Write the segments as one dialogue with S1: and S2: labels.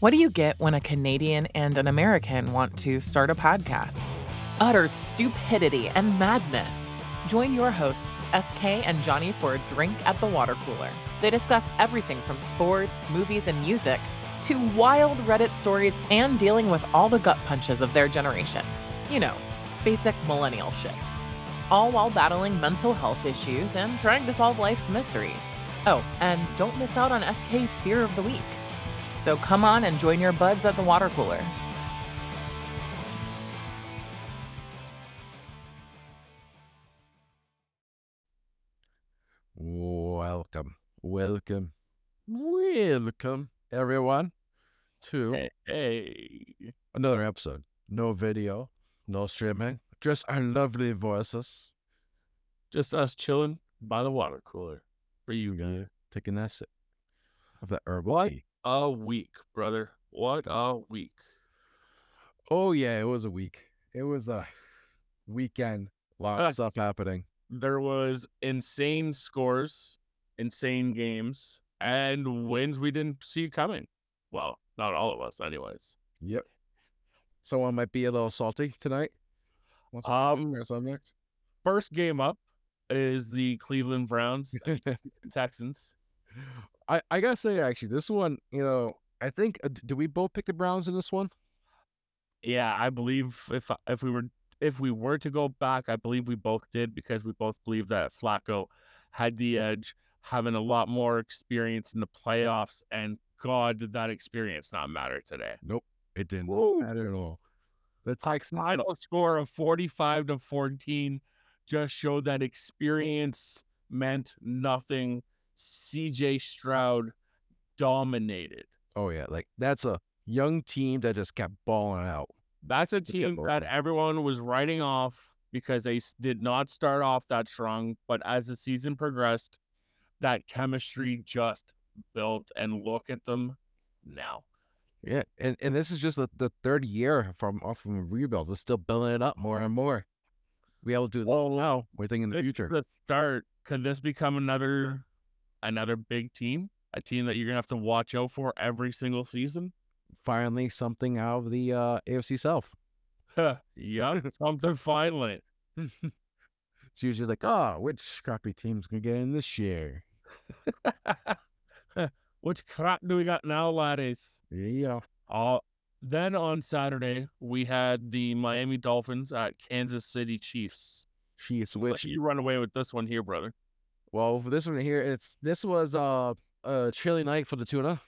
S1: What do you get when a Canadian and an American want to start a podcast? Utter stupidity and madness. Join your hosts, SK and Johnny, for a drink at the water cooler. They discuss everything from sports, movies, and music to wild Reddit stories and dealing with all the gut punches of their generation. You know, basic millennial shit. All while battling mental health issues and trying to solve life's mysteries. Oh, and don't miss out on SK's Fear of the Week. So come on and join your buds at the water cooler.
S2: Welcome, welcome, welcome, everyone, to
S3: Hey.
S2: another episode. No video, no streaming, just our lovely voices.
S3: Just us chilling by the water cooler for you guys.
S2: Yeah, taking that sip of the herb
S3: What?
S2: tea.
S3: A week, brother. What a week.
S2: Oh yeah, it was a week. It was a weekend. lot
S3: Ah.
S2: of stuff happening.
S3: There was insane scores, insane games, and wins we didn't see coming. Well, not all of us, anyways.
S2: Yep. Someone might be a little salty tonight. What's
S3: Um,
S2: our subject?
S3: First game up is the Cleveland Browns I mean, Texans.
S2: I, I gotta say actually, this one, you know, I think uh, d- do we both pick the Browns in this one?
S3: Yeah, I believe if if we were if we were to go back, I believe we both did because we both believe that Flacco had the edge, having a lot more experience in the playoffs, and God, did that experience not matter today?
S2: It didn't
S3: Whoa.
S2: matter at all. The Texans.
S3: Final score of forty-five to fourteen just showed that experience meant nothing. C.J. Stroud dominated.
S2: Oh yeah, like that's a young team that just kept balling out.
S3: That's a
S2: a
S3: team
S2: good
S3: that
S2: one.
S3: everyone was writing off because they s- did not start off that strong. But as the season progressed, that chemistry just built. And look at them now.
S2: Yeah, and, and this is just the, the third year from off from a rebuild. They're still building it up more and more. We able to do well now. We're thinking in the
S3: This
S2: future.
S3: is The start could this become another another big team? A team that you're gonna have to watch out for every single season?
S2: Finally, something out of the uh, AFC South.
S3: yeah, something finally.
S2: It's usually like, oh, which crappy team's gonna get in this year?
S3: Which crap do we got now, laddies?
S2: Yeah,
S3: Uh, then on Saturday, we had the Miami Dolphins at Kansas City Chiefs.
S2: she's
S3: Let
S2: which.
S3: you run away with this one here, brother.
S2: Well, for this one here, it's this was uh, a chilly night for the tuna,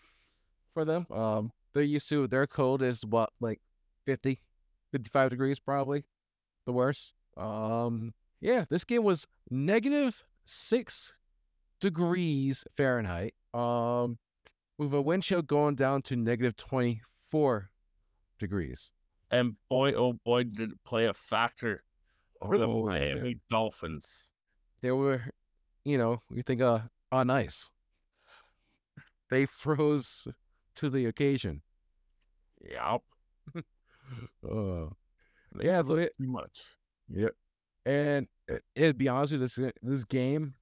S2: for them. Um, they're used to their cold is what like 50, 55 degrees probably, the worst. Um, yeah, this game was negative six degrees Fahrenheit. Um, with a wind chill going down to negative twenty four degrees.
S3: And boy, oh boy, did it play a factor for the
S2: Oh, yeah.
S3: Miami Dolphins.
S2: they were, you know, you think uh on ice. They froze to the occasion.
S3: Yep,
S2: Uh, yeah, look at-
S3: too much.
S2: yep. And it, it be honest with you, this this game.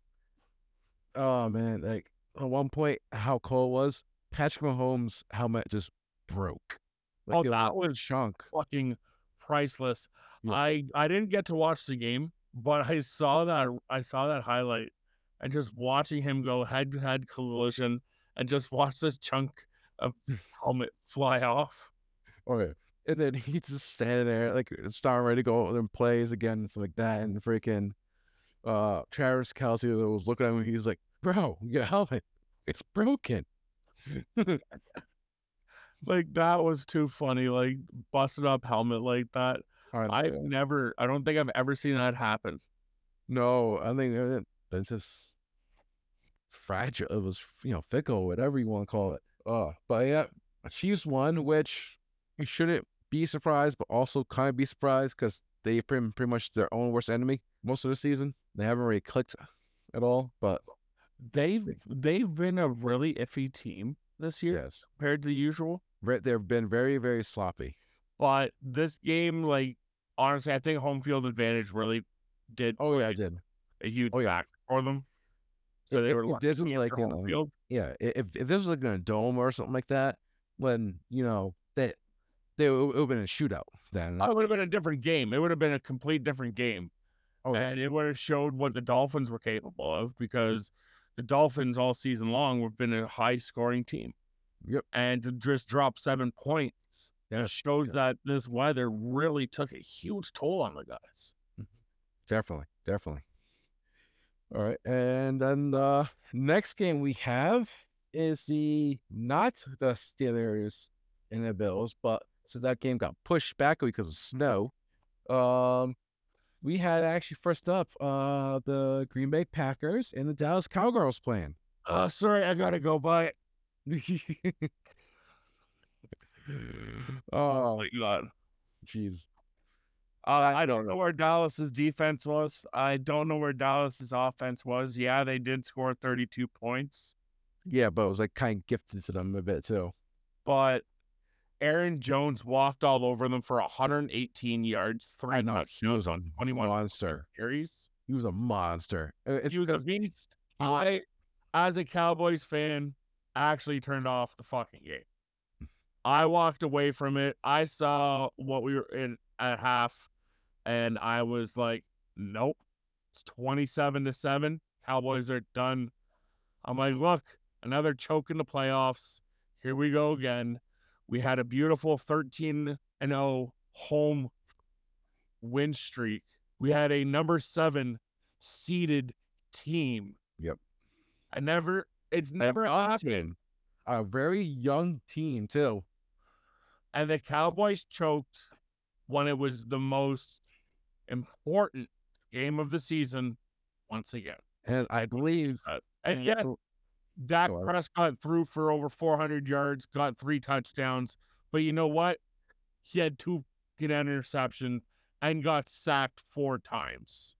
S2: Oh man, like at one point, how cold it was Patrick Mahomes' helmet just broke.
S3: Oh,
S2: it
S3: that
S2: was a
S3: was-
S2: chunk.
S3: Fucking priceless.
S2: Yeah.
S3: I I didn't get to watch the game, but I saw that I saw that highlight, and just watching him go head to head collision, and just watch this chunk of helmet fly off.
S2: Okay. And then he's just standing there, like starting ready to go and plays again. It's like that. And freaking uh Travis Kelsey that was looking at him, he's like, Bro, your helmet, it's broken.
S3: like that was too funny like busted up helmet like that
S2: All right,
S3: i've never i don't think i've ever seen that happen
S2: no, I think that- that's just fragile. It was, you know, fickle, whatever you want to call it. Uh, but yeah, Chiefs won, which you shouldn't be surprised, but also kind of be surprised because they pretty, pretty much their own worst enemy most of the season. They haven't really clicked at all, but
S3: they've they've been a really iffy team this year
S2: yes.
S3: compared to the usual
S2: Right, they've been very, very sloppy.
S3: but this game like honestly i think home field advantage really did
S2: Oh yeah, I
S3: play
S2: did.
S3: a huge
S2: Oh, yeah.
S3: factor for them so they
S2: It-
S3: were
S2: it
S3: lucky
S2: doesn't
S3: to get
S2: like,
S3: their
S2: you
S3: home
S2: know,
S3: field.
S2: Yeah, i- if if this was like in a dome or something like that, when you know that they it would have been a shootout then.
S3: Oh, it would have been a different game. It would have been a complete different game.
S2: Oh, yeah.
S3: and it would have showed what the Dolphins were capable of because the Dolphins all season long have been a high scoring team.
S2: Yep.
S3: And to just drop seven points
S2: Yeah.
S3: showed that this weather really took a huge toll on the guys.
S2: Definitely, definitely. All right, and then the next game we have is the not the Steelers and the Bills, but since that game got pushed back because of snow, um, we had actually first up uh the Green Bay Packers and the Dallas Cowgirls playing.
S3: Uh, sorry, I gotta go buy it.
S2: oh,
S3: my god.
S2: jeez.
S3: I, I don't know where Dallas's defense was. I don't know where Dallas's offense was. Yeah, they did score 32 points,
S2: Yeah, but it was like kind of gifted to them a bit too.
S3: but Aaron Jones walked all over them for 118 yards, three
S2: know.
S3: touchdowns on 21
S2: Monster.
S3: carries.
S2: He was a monster. Uh, It's
S3: He was a beast. I, as a Cowboys fan, actually turned off the fucking game. I walked away from it. I saw what we were in at half, and I was like, "Nope, it's twenty-seven to seven. Cowboys are done." I'm like, "Look, another choke in the playoffs. Here we go again." We had a beautiful thirteen and zero home win streak. We had a number seven seeded team.
S2: Yep.
S3: I never. It's never
S2: Never
S3: happened.
S2: often. A very young team too.
S3: And the Cowboys choked when it was the most important game of the season once again.
S2: And I believe
S3: Uh, and yes, Dak
S2: Go on.
S3: Prescott threw for over 400 yards, got three touchdowns. But you know what? He had two get an interception and got sacked four times.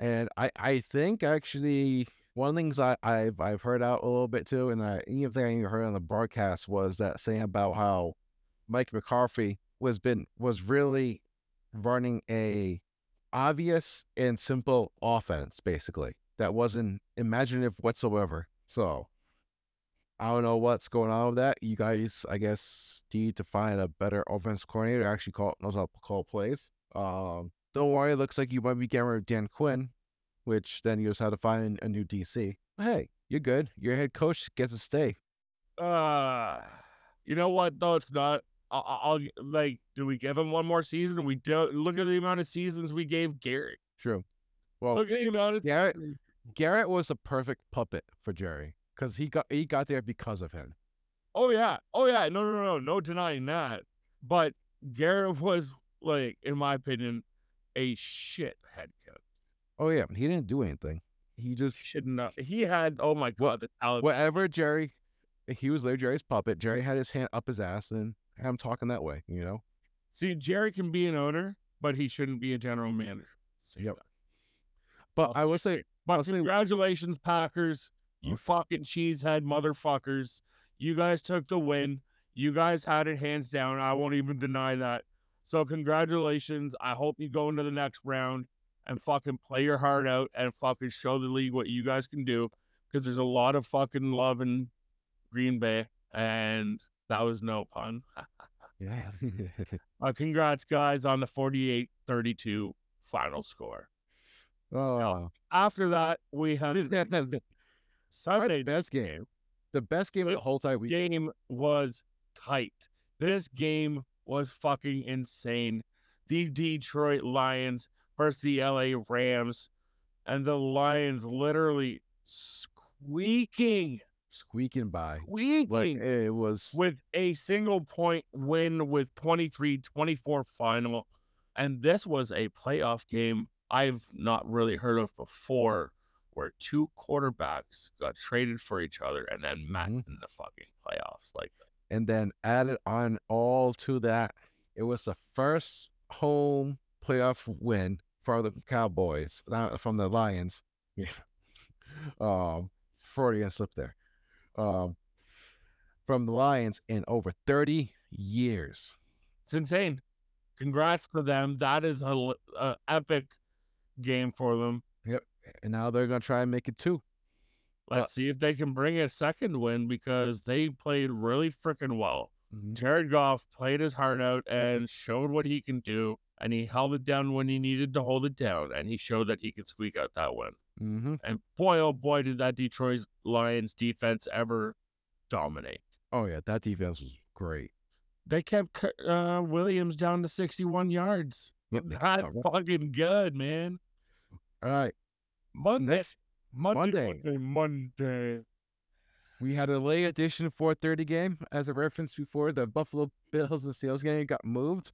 S2: and I, I think actually one of the things I, I've I've heard out a little bit too, and I even thing I even heard on the broadcast was that saying about how Mike McCarthy was been was really running a obvious and simple offense, basically, that wasn't imaginative whatsoever. So I don't know what's going on with that. You guys, I guess, need to find a better offense coordinator to actually call knows how to call plays. Um, don't worry, it looks like you might be getting rid of Dan Quinn, which then you just have to find a new DC. Hey, you're good. Your head coach gets to stay.
S3: Uh, you know what though? It's not. I- I- I'll like. Do we give him one more season? We do. Look at the amount of seasons we gave Gary.
S2: True. Well,
S3: Look at the amount of
S2: Garrett Garrett was the perfect puppet for Jerry because he got he got there because of him.
S3: Oh yeah. Oh yeah. No, no, no. No denying that. But Garrett was like, in my opinion, a shit head coach.
S2: Oh yeah, he didn't do anything. He just
S3: Shit enough. He had oh my god, the talent.
S2: whatever Jerry, he was there Jerry's puppet. Jerry had his hand up his ass and had him talking that way. You know.
S3: See, Jerry can be an owner, but he shouldn't be a general manager. See
S2: Yep.
S3: that?
S2: But I will say,
S3: But
S2: I'll say-
S3: congratulations, Packers. You
S2: Mhm.
S3: fucking cheesehead motherfuckers. You guys took the win. You guys had it hands down. I won't even deny that. So congratulations. I hope you go into the next round and fucking play your heart out and fucking show the league what you guys can do. Because there's a lot of fucking love in Green Bay. And that was no pun.
S2: yeah,
S3: Uh, congrats, guys, on the 48 32 final score.
S2: oh,
S3: After that, we had
S2: the
S3: Sunday
S2: best game, the best game of the whole time. We
S3: game was tight. This game was fucking insane. The Detroit Lions versus the LA Rams, and the Lions literally squeaking,
S2: squeaking by. Like
S3: squeaking
S2: it was
S3: with a single point win with 23 24 final. And this was a playoff game I've not really heard of before where two quarterbacks got traded for each other and then met
S2: Mhm.
S3: in the fucking playoffs. Like,
S2: and then added on all to that, it was the first home playoff win for the Cowboys, not from the Lions. Yeah. Um, Freudian slip there. Um, from the Lions in over 30 years.
S3: It's insane. Congrats to them. That is a, l- a epic game for them.
S2: And now they're going to try and make it two.
S3: Let's see if they can bring a second win because they played really freaking well.
S2: Mm-hmm.
S3: Jared Goff played his heart out and showed what he can do, and he held it down when he needed to hold it down, and he showed that he could squeak out that win.
S2: Mm-hmm.
S3: And boy, oh boy, did that Detroit Lions defense ever dominate.
S2: Oh yeah, that defense was great.
S3: They kept K- uh, Williams down to 61 yards.
S2: Yep, they-
S3: That's
S2: all right.
S3: fucking good, man.
S2: All right,
S3: Monday,
S2: next
S3: Monday, Monday, Monday.
S2: we had a late edition 4:30 game as a reference before the Buffalo Bills and Steelers game got moved.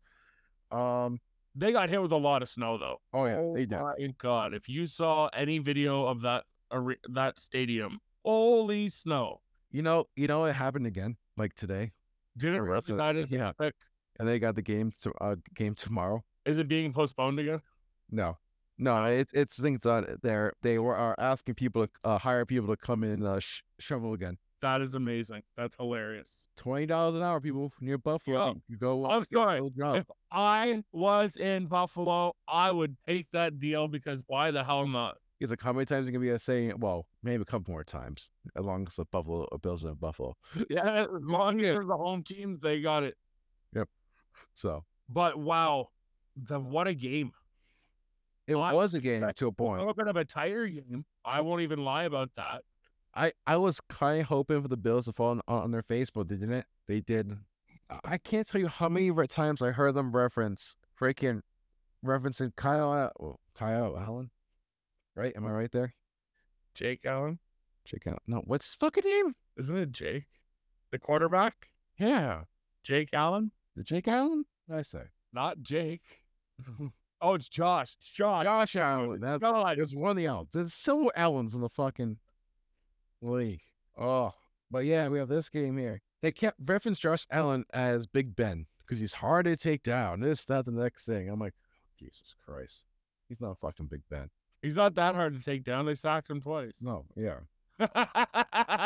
S2: Um,
S3: They got hit with a lot of snow, though.
S2: oh yeah,
S3: Oh
S2: they did.
S3: my God, if you saw any video of that are- that stadium, holy snow!
S2: You know, you know, it happened again, like today,
S3: Did it
S2: Or
S3: really
S2: is it-
S3: that is
S2: Oh, yeah.
S3: epic?
S2: and they got the game to uh, game tomorrow.
S3: Is it being postponed again?
S2: No, no, it's it's things on there. They were are asking people to uh, hire people to come in and uh, sh- shovel again.
S3: That is amazing. That's hilarious.
S2: Twenty dollars an hour, people near Buffalo.
S3: Yeah.
S2: You go.
S3: I'm sorry.
S2: go job.
S3: If I was in Buffalo, I would take that deal because why the hell not?
S2: He's like, how many times are you gonna be saying? Well, maybe a couple more times, as long as the Buffalo uh, Bills are in Buffalo.
S3: Yeah, as long as they're the home team, they got it.
S2: So
S3: But wow, the, what a game!
S2: it
S3: Well, I- Oh,
S2: was a game to a
S3: A
S2: point.
S3: little bit of a tire game. I won't even lie about that.
S2: I I was kind of hoping for the Bills to fall on, on their face, but they didn't. They did. I- I can't tell you how many re- times I heard them reference freaking referencing Kyle Al- oh, Kyle Allen. Right?
S3: Mm.
S2: Am I right there?
S3: Jake Allen,
S2: Check out. No, what's his fucking name?
S3: isn't it Jake, the quarterback?
S2: Yeah,
S3: Jake Allen,
S2: the Jake Allen. What did I say?
S3: not Jake. Oh, it's Josh. It's Josh.
S2: Josh Allen. That's
S3: God.
S2: There's one of the Allens. There's several Allens in the fucking league. Oh, but yeah, we have this game here. They kept reference Josh Allen as Big Ben because he's hard to take down. This, that, the next thing. I'm like, Jesus Christ, he's not fucking Big Ben.
S3: He's not that hard to take down. They sacked him twice.
S2: No, yeah.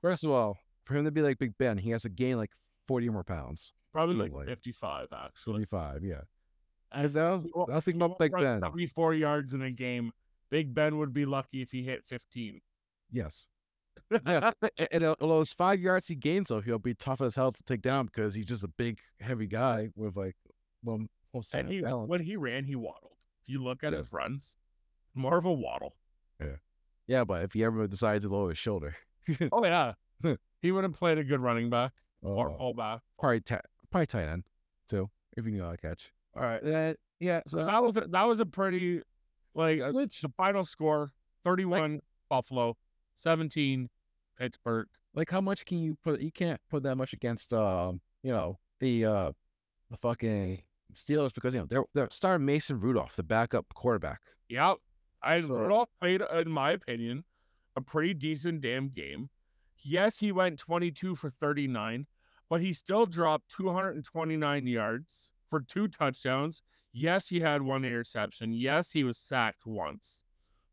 S2: First of all, for him to be like Big Ben, he has to gain like 40 more pounds.
S3: Probably like
S2: Like-
S3: 55, actually.
S2: 25, yeah.
S3: As
S2: that was- I was thinking about Big Ben.
S3: 74 yards in a game. Big Ben would be lucky if he hit 15.
S2: Yes. Yeah, a- and uh, those five yards he gains, though, he'll be tough as hell to take down because he's just a big, heavy guy with like, well, most
S3: and he,
S2: balance.
S3: when he ran, he waddled. If you look at
S2: Yes.
S3: his runs, more of a waddle.
S2: Yeah, but if he ever decided to lower his shoulder,
S3: Oh, yeah. he would have played a good running back or
S2: uh,
S3: fullback.
S2: probably ti- probably tight end too, if you can uh, catch. All right, uh, yeah. So
S3: That was a, that was a pretty, like, uh,
S2: which,
S3: the final score 31 Buffalo, 17 Pittsburgh.
S2: like, how much can you put? You can't put that much against, um, you know, the uh, the fucking Steelers because you know they're they're starting Mason Rudolph, the backup quarterback.
S3: Yep. I
S2: So-
S3: Rudolph played, in my opinion, a pretty decent damn game. Yes, he went 22 for 39, but he still dropped 229 yards for two touchdowns. Yes, he had one interception. Yes, he was sacked once.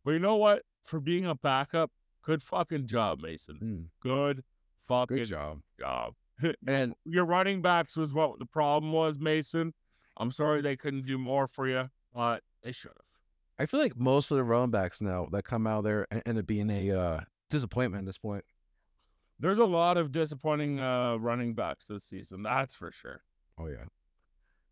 S3: But you know what? For being a backup, good fucking job, Mason.
S2: Mm,
S3: Good fucking
S2: good job.
S3: job.
S2: And
S3: your running backs was what the problem was, Mason. I'm sorry they couldn't do more for you, but they should have.
S2: I feel like most of the running backs now that come out there en- end up being a uh, disappointment at this point.
S3: There's a lot of disappointing uh, running backs this season, that's for sure.
S2: Oh yeah,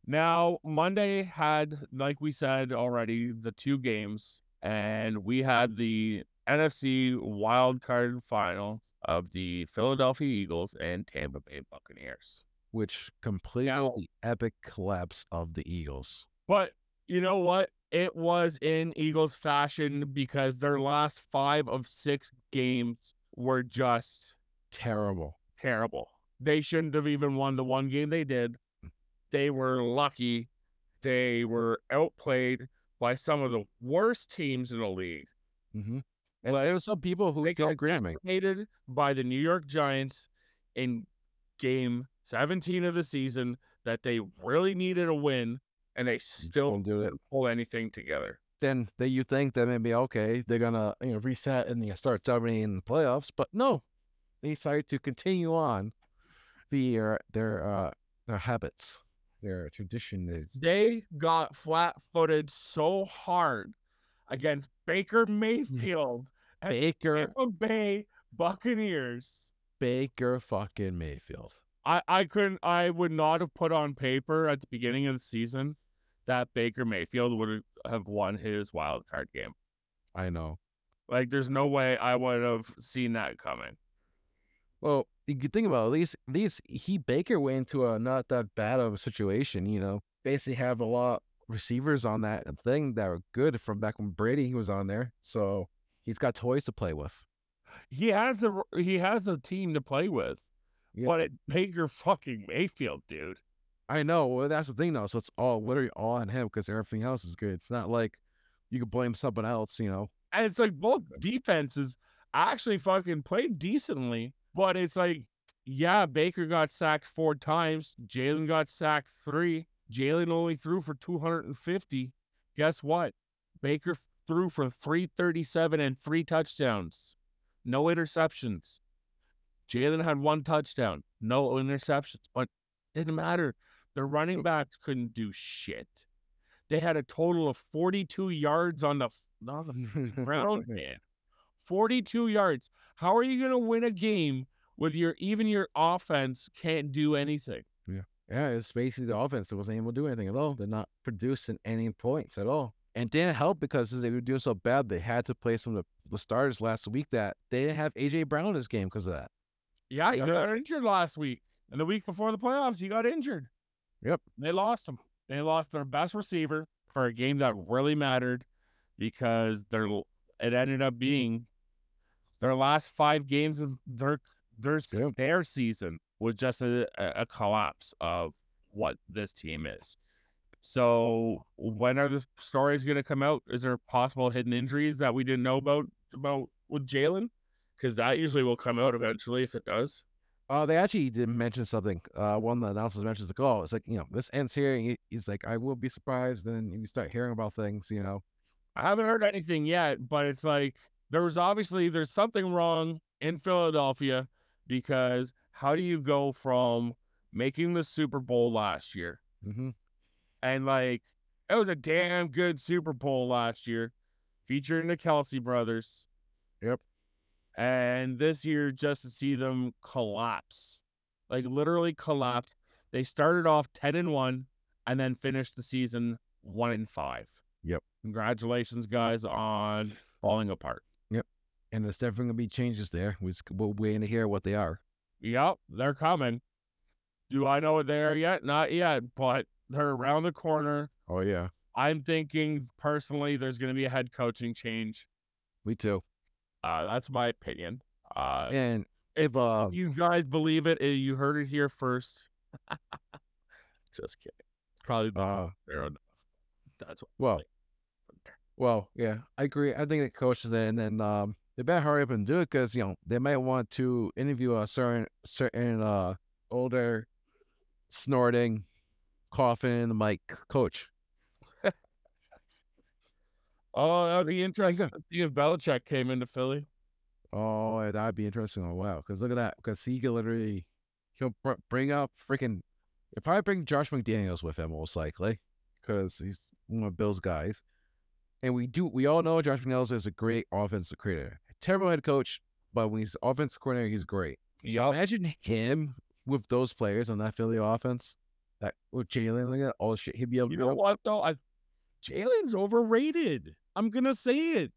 S3: Now, Monday had, like we said already, the two games, and we had the NFC wild card final of the Philadelphia Eagles and Tampa Bay Buccaneers.
S2: which completely epic collapse of the Eagles.
S3: But you know what? It was in Eagles fashion because their last five of six games were just
S2: Terrible.
S3: terrible. They shouldn't have even won the one game they did. They were lucky. They were outplayed by some of the worst teams in the league.
S2: Mm-hmm. And
S3: But
S2: there were some people who
S3: they
S2: didn't
S3: got
S2: agree with me.
S3: Hated by the New York Giants in game 17 of the season that they really needed a win and they still
S2: Don't do it.
S3: didn't pull anything together.
S2: Then that you think that maybe okay, they're gonna you know reset and you start dominating the playoffs, but no, they decided to continue on the uh, their uh, their habits, their tradition is
S3: they Mm. got flat footed so hard against Baker Mayfield
S2: Baker,
S3: Tampa Bay Buccaneers.
S2: Baker fucking Mayfield.
S3: I, I couldn't I would not have put on paper at the beginning of the season that Baker Mayfield would have won his wild card game.
S2: I know.
S3: Like there's no way I would have seen that coming.
S2: Well, you could think about it, at least at least he Baker went into a not that bad of a situation, you know. Basically have a lot receivers on that thing that were good from back when Brady was on there. So he's got toys to play with.
S3: He has the he has a team to play with.
S2: Yeah.
S3: But it Baker fucking Mayfield, dude.
S2: I know. Well, that's the thing though. So it's all literally all on him because everything else is good. It's not like you could blame someone else, you know.
S3: And it's like both defenses actually fucking played decently, but it's like, yeah, Baker got sacked four times. Jalen got sacked three. Jalen only threw for 250. Guess what? Baker threw for 337 and three touchdowns, no interceptions. Jalen had one touchdown, no interceptions, but didn't matter. The running backs couldn't do shit. They had a total of 42 yards on the on the Brown man. 42 yards. How are you going to win a game with your even your offense can't do anything?
S2: Yeah, it's basically the offense that wasn't able to do anything at all. They're not producing any points at all. And didn't help because they were doing so bad, they had to play some of the, the starters last week that they didn't have AJ Brown in this game because of that.
S3: Yeah, you
S2: Yeah.
S3: got injured last week. And the week before the playoffs, you got injured.
S2: Yep.
S3: They lost him. They lost their best receiver for a game that really mattered because their it ended up being their last five games of their their s-
S2: Yep.
S3: their season was just a, a a collapse of what this team is. So when are the stories going to come out? Is there possible hidden injuries that we didn't know about about with Jalen? Because that usually will come out eventually if it does.
S2: Uh, they actually did mention something. Uh, one of the announcers mentions the call. It's like, you know, this ends here. And he- he's like, I will be surprised. Then you start hearing about things, you know.
S3: I haven't heard anything yet, but it's like there was obviously there's something wrong in Philadelphia because how do you go from making the Super Bowl last year
S2: Mm-hmm.
S3: and like it was a damn good Super Bowl last year, featuring the Kelsey brothers.
S2: Yep.
S3: And this year, just to see them collapse, like literally collapse. They started off ten and one, and then finished the season one and five.
S2: Yep.
S3: Congratulations, guys, on falling apart.
S2: And there's definitely going to be changes there. We just, we're waiting to hear what they are.
S3: Yep, they're coming. Do I know what they are yet? Not yet, but they're around the corner.
S2: Oh, yeah.
S3: I'm thinking personally, there's going to be a head coaching change.
S2: Me too.
S3: Uh, that's my opinion. Uh,
S2: And if uh,
S3: You guys believe it? eh, You heard it here first. Just kidding. Probably
S2: uh,
S3: fair enough. That's what.
S2: well, Well, yeah, I agree. I think the coach is there, and then um, they better hurry up and do it because you know they might want to interview a certain certain uh older, snorting, coughing in the mic coach.
S3: Oh, that'd be interesting. to see If Belichick came into Philly,
S2: Oh, yeah, that'd be interesting. Oh wow, because look at that, because he could literally he'll br- bring up freaking. He'll probably bring Josh McDaniels with him most likely because he's one of Bill's guys, and we do we all know Josh McDaniels is a great offensive coordinator, terrible head coach, but when he's offensive coordinator, he's great.
S3: yeah,
S2: Imagine him with those players on that Philly offense, that with Jalen, like that, all the shit he'd be able to
S3: You
S2: do.
S3: know what though? I Jalen's overrated. I'm gonna say it.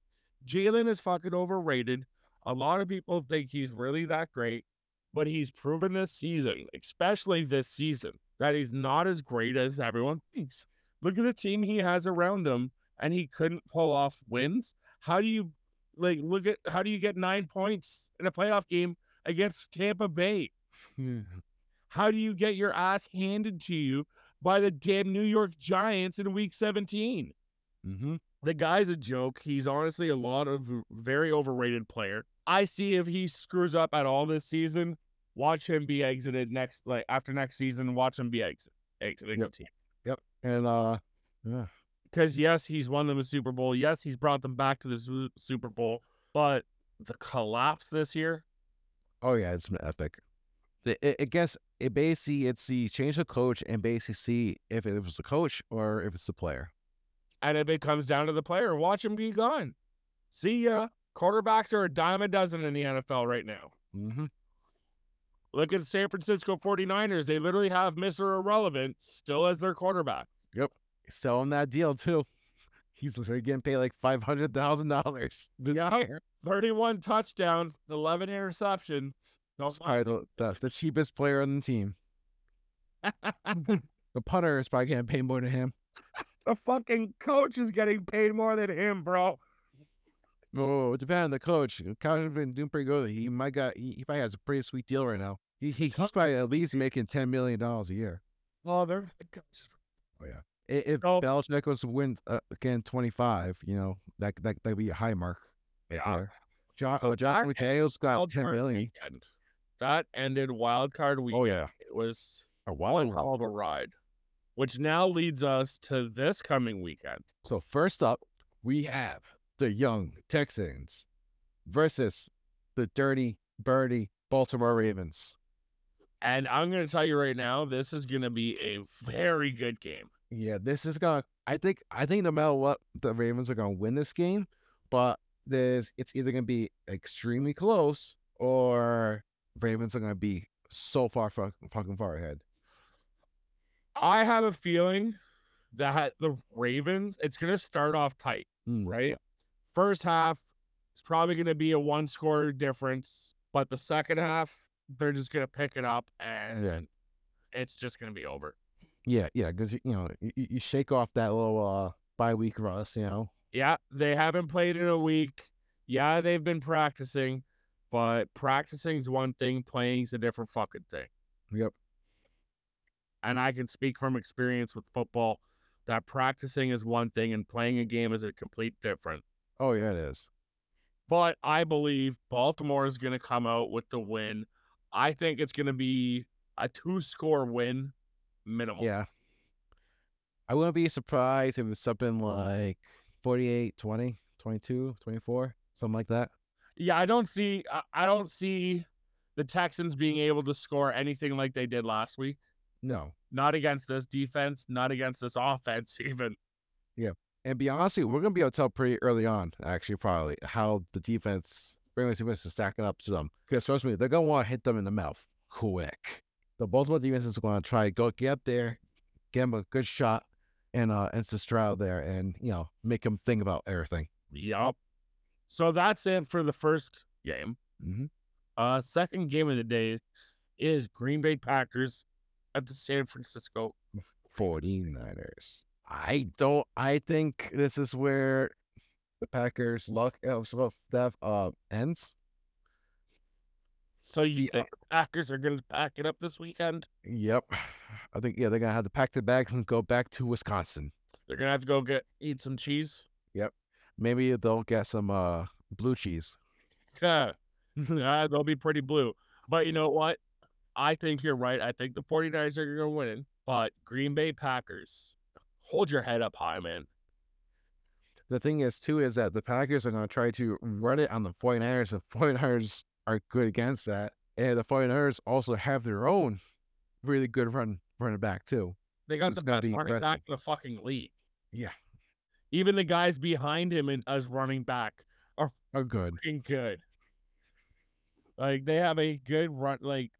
S3: Jalen is fucking overrated. A lot of people think he's really that great, but he's proven this season, especially this season, that he's not as great as everyone thinks. Look at the team he has around him, and he couldn't pull off wins. How do you like look at how do you get nine points in a playoff game against Tampa Bay?
S2: Hmm,
S3: How do you get your ass handed to you by the damn New York Giants in week 17?
S2: mm-hmm.
S3: The guy's a joke. He's honestly a lot of very overrated player. I see if he screws up at all this season, watch him be exited next like after next season, watch him be exit exiting
S2: Yep.
S3: the team.
S2: And uh, yeah,
S3: Because yes, he's won them a Super Bowl. Yes, he's brought them back to the Su- Super Bowl, but the collapse this year,
S2: oh yeah, it's been epic. The, I I guess it basically it's the change the coach and basically see if it was the coach or if it's the player.
S3: and if it comes down to the player, watch him be gone. See ya. Quarterbacks are a dime a dozen in the NFL right now.
S2: Mm-hmm.
S3: Look at San Francisco 49ers. They literally have Mr. Irrelevant still as their quarterback.
S2: Sell him that deal too. He's literally getting paid like five hundred thousand dollars.
S3: Yeah. 31 touchdowns, 11 interception. Don't
S2: probably the, the, the cheapest player on the team. The punter is probably getting paid more than him.
S3: the fucking coach is getting paid more than him, bro.
S2: Oh, depending on the coach. The Coach has been doing pretty good. He might got he, he probably has a pretty sweet deal right now. He, he- he's probably at least making ten million dollars a year.
S3: Oh, they're the coach-
S2: I- If
S3: Oh.
S2: Belichick was to win uh, again twenty five, you know that that that'd be a high mark. there. John
S3: So
S2: uh, John
S3: Dak-
S2: McDaniel's got
S3: Wild
S2: ten
S3: card
S2: million. Oh,
S3: weekend. That ended wild card week.
S2: yeah,
S3: It was
S2: a
S3: one hell of a ride, which now leads us to this coming weekend.
S2: So first up, we have the young Texans versus the dirty birdie Baltimore Ravens.
S3: And I'm going to tell you right now, this is going to be a very good game.
S2: Yeah, this is gonna. I think. I think no matter what, the Ravens are gonna win this game, but there's it's either gonna be extremely close or Ravens are gonna be so far fuck, fucking far ahead.
S3: I have a feeling that the Ravens, it's going to start off tight.
S2: Mm.
S3: Hmm, right? First half is probably going to be a one score difference, but the second half, they're just going to pick it up and
S2: Yeah.
S3: it's just going to be over.
S2: Yeah, yeah, because you know you, you shake off that little uh bye week rust, you know.
S3: Yeah, they haven't played in a week. Yeah, they've been practicing, but practicing is one thing, playing is a different fucking thing.
S2: Yep.
S3: And I can speak from experience with football that practicing is one thing and playing a game is a complete different.
S2: Oh yeah, it is.
S3: but I believe Baltimore is going to come out with the win. I think it's going to be a two score win minimum.
S2: Yeah. I wouldn't be surprised if it's something like 48, 20, 22, 24, something like that.
S3: Yeah, I don't see I, I don't see the Texans being able to score anything like they did last week.
S2: No.
S3: Not against this defense, not against this offense even.
S2: And be honest, with you, we're gonna be able to tell pretty early on, actually, probably how the defense, Ravens defense, is stacking up to them. Because trust me, they're gonna want to hit them in the mouth quick. The Baltimore defense is gonna try to go get up there, get them a good shot, and uh, and to Stroud there, and you know, make them think about everything.
S3: Yup. So that's it for the first game.
S2: hmm
S3: Uh second game of the day is Green Bay Packers at the San Francisco
S2: 49ers. I don't I think this is where the Packers luck of stuff that uh ends.
S3: So you
S2: The-
S3: think the Packers are going to pack it up this weekend?
S2: Yep. I think yeah, they're gonna have to pack their bags and go back to Wisconsin.
S3: They're going to have to go get eat some cheese.
S2: Maybe they'll get some uh blue cheese.
S3: Yeah, they'll be pretty blue. But you know what? I think you're right. I think the 49ers are going to win. it. But Green Bay Packers, hold your head up high, man.
S2: The thing is too is that the Packers are gonna try to run it on the 49ers. The 49ers are good against that. And the 49ers also have their own really good run running back too.
S3: They got
S2: It's
S3: the
S2: gonna
S3: best
S2: be
S3: running back
S2: impressive.
S3: in the fucking league.
S2: Yeah.
S3: Even the guys behind him and us running back
S2: Are Oh, good.
S3: fucking good. Like they have a good run. Like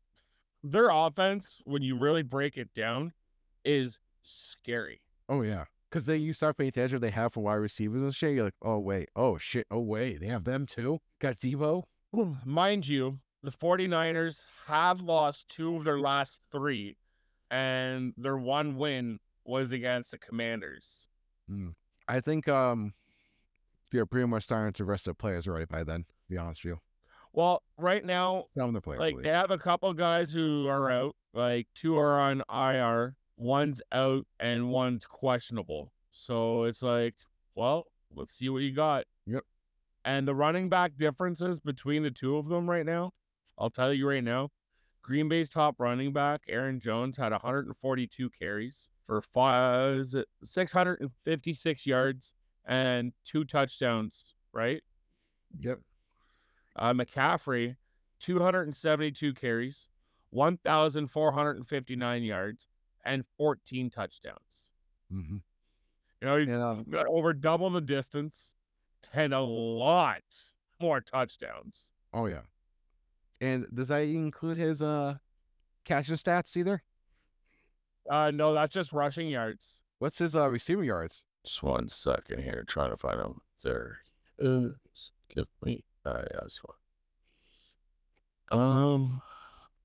S3: their offense, when you really break it down, is scary.
S2: Oh yeah, because then you start paying attention. They have for wide receivers and shit. You're like, oh wait, oh shit, oh wait, they have them too. Got Debo.
S3: Mind you, the 49ers have lost two of their last three, and their one win was against the Commanders.
S2: I think um, they're pretty much starting to rest their players already by then. To be honest with you,
S3: Well, right now,
S2: some of the players.
S3: like they have a couple guys who are out. Like two are on IR, one's out, and one's questionable. So it's like, well, let's see what you got.
S2: Yep.
S3: And the running back differences between the two of them right now, I'll tell you right now, Green Bay's top running back Aaron Jones had 142 carries for five, 656 yards and two touchdowns. Right.
S2: yep.
S3: Uh, McCaffrey, 272 carries, 1,459 yards, and 14 touchdowns.
S2: Mm-hmm.
S3: You know, you
S2: And um,
S3: got over double the distance and a lot more touchdowns.
S2: Oh yeah. And does that include his uh catching stats either?
S3: Uh, no, that's just rushing yards.
S2: What's his uh receiving yards?
S3: Just one second here, trying to find out there. Uh, give me. Uh, yeah, this one. Um,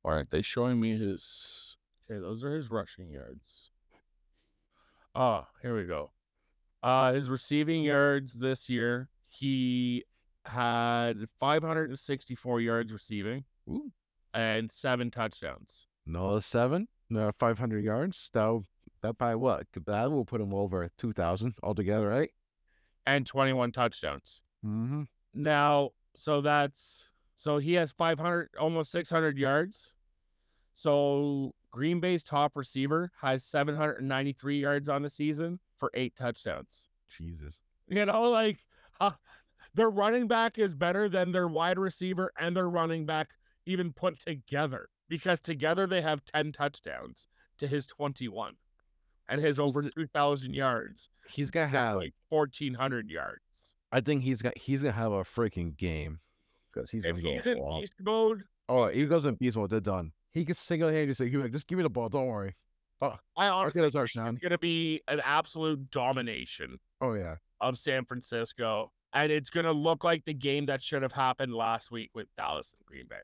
S3: aren't they showing me his? Okay, those are his rushing yards. Ah, here we go. Uh, his receiving yards this year, he had 564 yards receiving
S2: Ooh.
S3: and seven touchdowns.
S2: No seven, no five hundred yards. That that by what? That will put him over two thousand altogether, right?
S3: and 21 touchdowns.
S2: Mm-hmm.
S3: Now, so that's so he has 500 almost 600 yards. So Green Bay's top receiver has 793 yards on the season for eight touchdowns.
S2: Jesus.
S3: You know, like uh, their running back is better than their wide receiver and their running back even put together because together they have 10 touchdowns to his 21 and his over 2,000 yards,
S2: He's gonna have.
S3: 1,400 yards.
S2: I think he's got. He's gonna have a freaking game because he's
S3: If
S2: gonna go
S3: he's in
S2: off.
S3: beast mode,
S2: Oh, he goes in beast mode. They're done. He can single handedly say, "He's like, just give me the ball. Don't worry.
S3: I
S2: I'll
S3: honestly
S2: get a
S3: think
S2: touchdown."
S3: it's going to be an absolute domination
S2: Oh yeah.
S3: of San Francisco, and it's going to look like the game that should have happened last week with Dallas and Green Bay.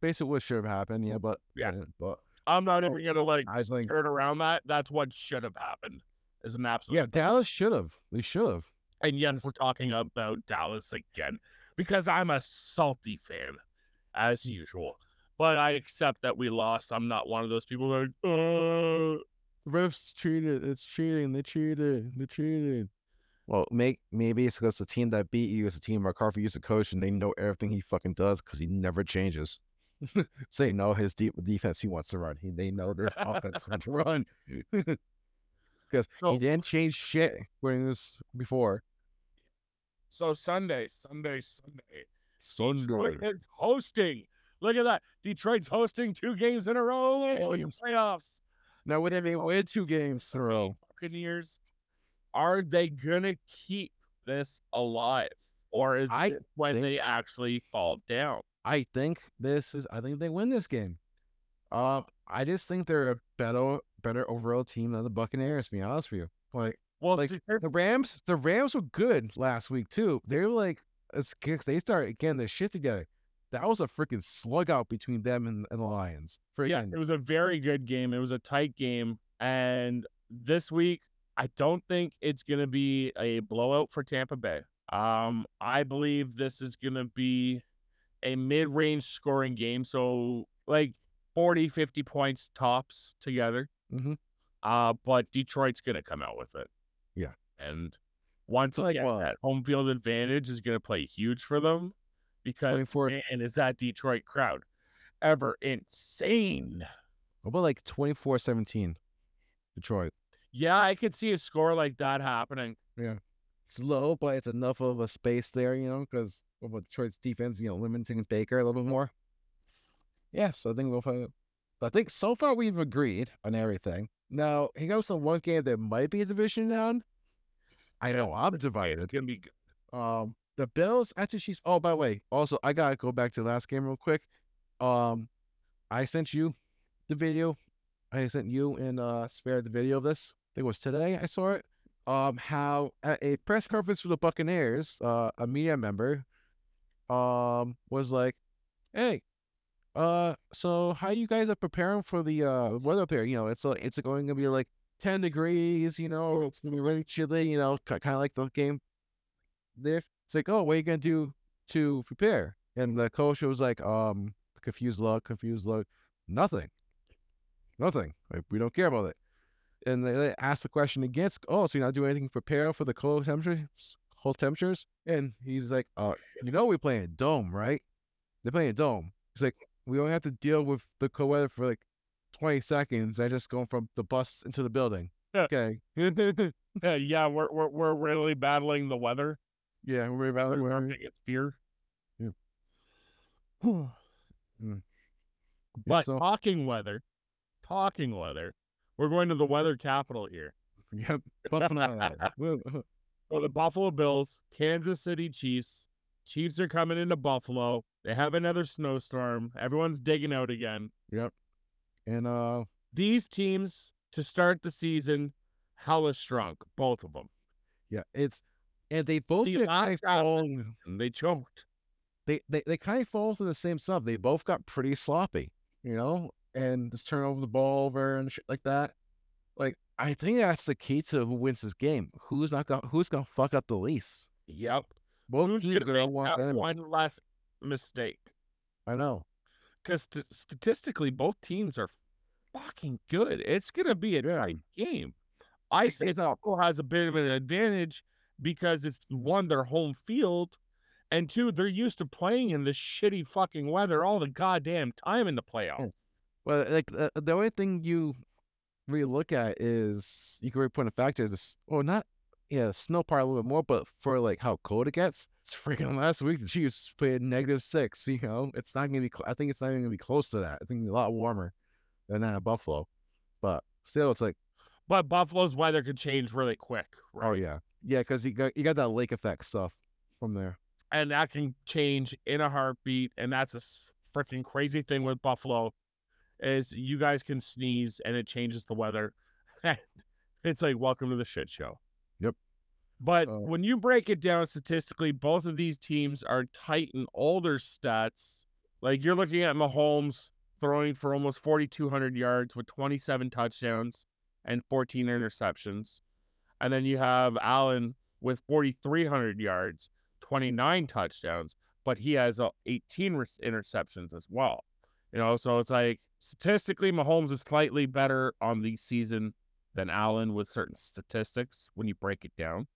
S2: Basically, what should have happened. Yeah, but
S3: Yeah.
S2: didn't, but
S3: I'm not
S2: Oh,
S3: even going to like
S2: I think.
S3: turn around that. That's what should have happened. Is an absolute
S2: Yeah, Dallas should have. They should have.
S3: and yes, we're talking about Dallas again because I'm a salty fan, as usual. But I accept that we lost. I'm not one of those people that are like, uh,
S2: refs cheated. It's cheating. They cheated. They cheated. Well, make maybe it's because the team that beat you is the team McCarthy used to coach, and they know everything he fucking does because he never changes. so they know his deep defense he wants to run. He, they know this offense wants to run because
S3: So-
S2: he didn't change shit when he was before.
S3: So Sunday, Sunday, Sunday. Detroit is hosting. Look at that. Detroit's hosting two games in a row. in the
S2: Williams.
S3: Playoffs.
S2: Now would they win two games in a row?
S3: Buccaneers. Are they gonna keep this alive? Or is
S2: I
S3: it when
S2: think-
S3: they actually fall down?
S2: I think this is. I think they win this game. Um, I just think they're a better, better overall team than the Buccaneers. To be honest with you, like
S3: Well,
S2: Like,
S3: to-
S2: the Rams, the Rams were good last week too. They were like, it's 'cause they started getting their shit together. That was a freaking slug out between them and, and the Lions.
S3: yeah,
S2: Freaking,
S3: it was a very good game. It was a tight game. And this week, I don't think it's gonna be a blowout for Tampa Bay. Um, I believe this is gonna be a mid-range scoring game. So like 40, 50 points tops together.
S2: Mhm.
S3: Uh, but Detroit's gonna come out with it.
S2: Yeah.
S3: And once
S2: Like
S3: again,
S2: what?
S3: that home field advantage is gonna play huge for them because
S2: twenty-four.
S3: and is that Detroit crowd ever insane?
S2: What about like 24-17, Detroit?
S3: Yeah, I could see a score like that happening.
S2: It's low, but it's enough of a space there, you know, because about Detroit's defense, you know, limiting Baker a little bit more. Yeah, so I think we'll find. I think so far we've agreed on everything. Now, here goes the one game that might be a division down. I know I'm divided.
S3: It's gonna be good.
S2: Um, the Bills at the Chiefs. Oh, by the way, also I gotta go back to the last game real quick. Um, I sent you the video. I sent you and uh Spare the video of this. I think it was today. I saw it. Um, how at a press conference for the Buccaneers, uh, a media member, um, was like, "Hey, uh, so how you guys are preparing for the uh weather up here? You know, it's uh, it's going to be like ten degrees. You know, it's gonna be really chilly. You know, kind of like the game there. It's like, oh, what are you gonna do to prepare? And the coach was like, um, confused look, confused look, nothing, nothing. Like we don't care about it. And they, they asked the question again. it's, Oh, so you're not doing anything to prepare for the cold temperatures? Cold temperatures? And he's like, uh, you know, we're playing a dome, right? They're playing a dome. He's like, we only have to deal with the cold weather for like 20 seconds. I just go from the bus into the building.
S3: Yeah.
S2: Okay.
S3: Uh, yeah, we're, we're we're really battling the weather.
S2: yeah, we're about
S3: We're
S2: we're-
S3: gonna get fear.
S2: Yeah,
S3: But
S2: Mm. so-
S3: talking weather, talking weather, we're going to the weather capital here.
S2: Yep. Buffalo. Well,
S3: So the Buffalo Bills, Kansas City Chiefs, Chiefs are coming into Buffalo. They have another snowstorm. Everyone's digging out again.
S2: Yep. And uh,
S3: These teams to start the season, hella shrunk, both of them.
S2: yeah, it's and they both
S3: The
S2: did kind
S3: last
S2: of
S3: out-
S2: fall,
S3: And they choked.
S2: they, they they kind of fall to the same stuff. They both got pretty sloppy, you know, and just turn over the ball over and shit like that. Like I think that's the key to who wins this game. Who's not gonna who's gonna fuck up the least?
S3: Yep.
S2: Both
S3: Who's
S2: teams are
S3: gonna
S2: gonna
S3: make
S2: want
S3: that
S2: that.
S3: one last mistake?
S2: I know.
S3: Because statistically, both teams are fucking good. It's gonna be a
S2: Yeah.
S3: tight game. I
S2: It's-
S3: say
S2: it's a-
S3: Buffalo has a bit of an advantage because it's one their home field, and two they're used to playing in this shitty fucking weather all the goddamn time in the playoffs.
S2: Well, like the, the only thing you really look at is you can really put in a factor is this- well, not yeah, the snow part a little bit more, but for like how cold it gets, it's freaking last week the Chiefs played negative six. You know, it's not gonna be. Cl- I think it's not even gonna be close to that. It's gonna be a lot warmer than that at Buffalo, but still, it's like
S3: But Buffalo's weather could change really quick, right?
S2: oh yeah, yeah, because you got you got that lake effect stuff from there.
S3: and that can change in a heartbeat. And that's a freaking crazy thing with Buffalo is you guys can sneeze and it changes the weather. it's like welcome to the shit show.
S2: Yep.
S3: But
S2: Oh.
S3: when you break it down statistically, both of these teams are tight in all their stats. Like you're looking at Mahomes throwing for almost 4,200 yards with 27 touchdowns and 14 interceptions. And then you have Allen with 4,300 yards 29 touchdowns, but he has uh, 18 re- interceptions as well. You know, so it's like statistically, Mahomes is slightly better on the season than Allen with certain statistics when you break it down.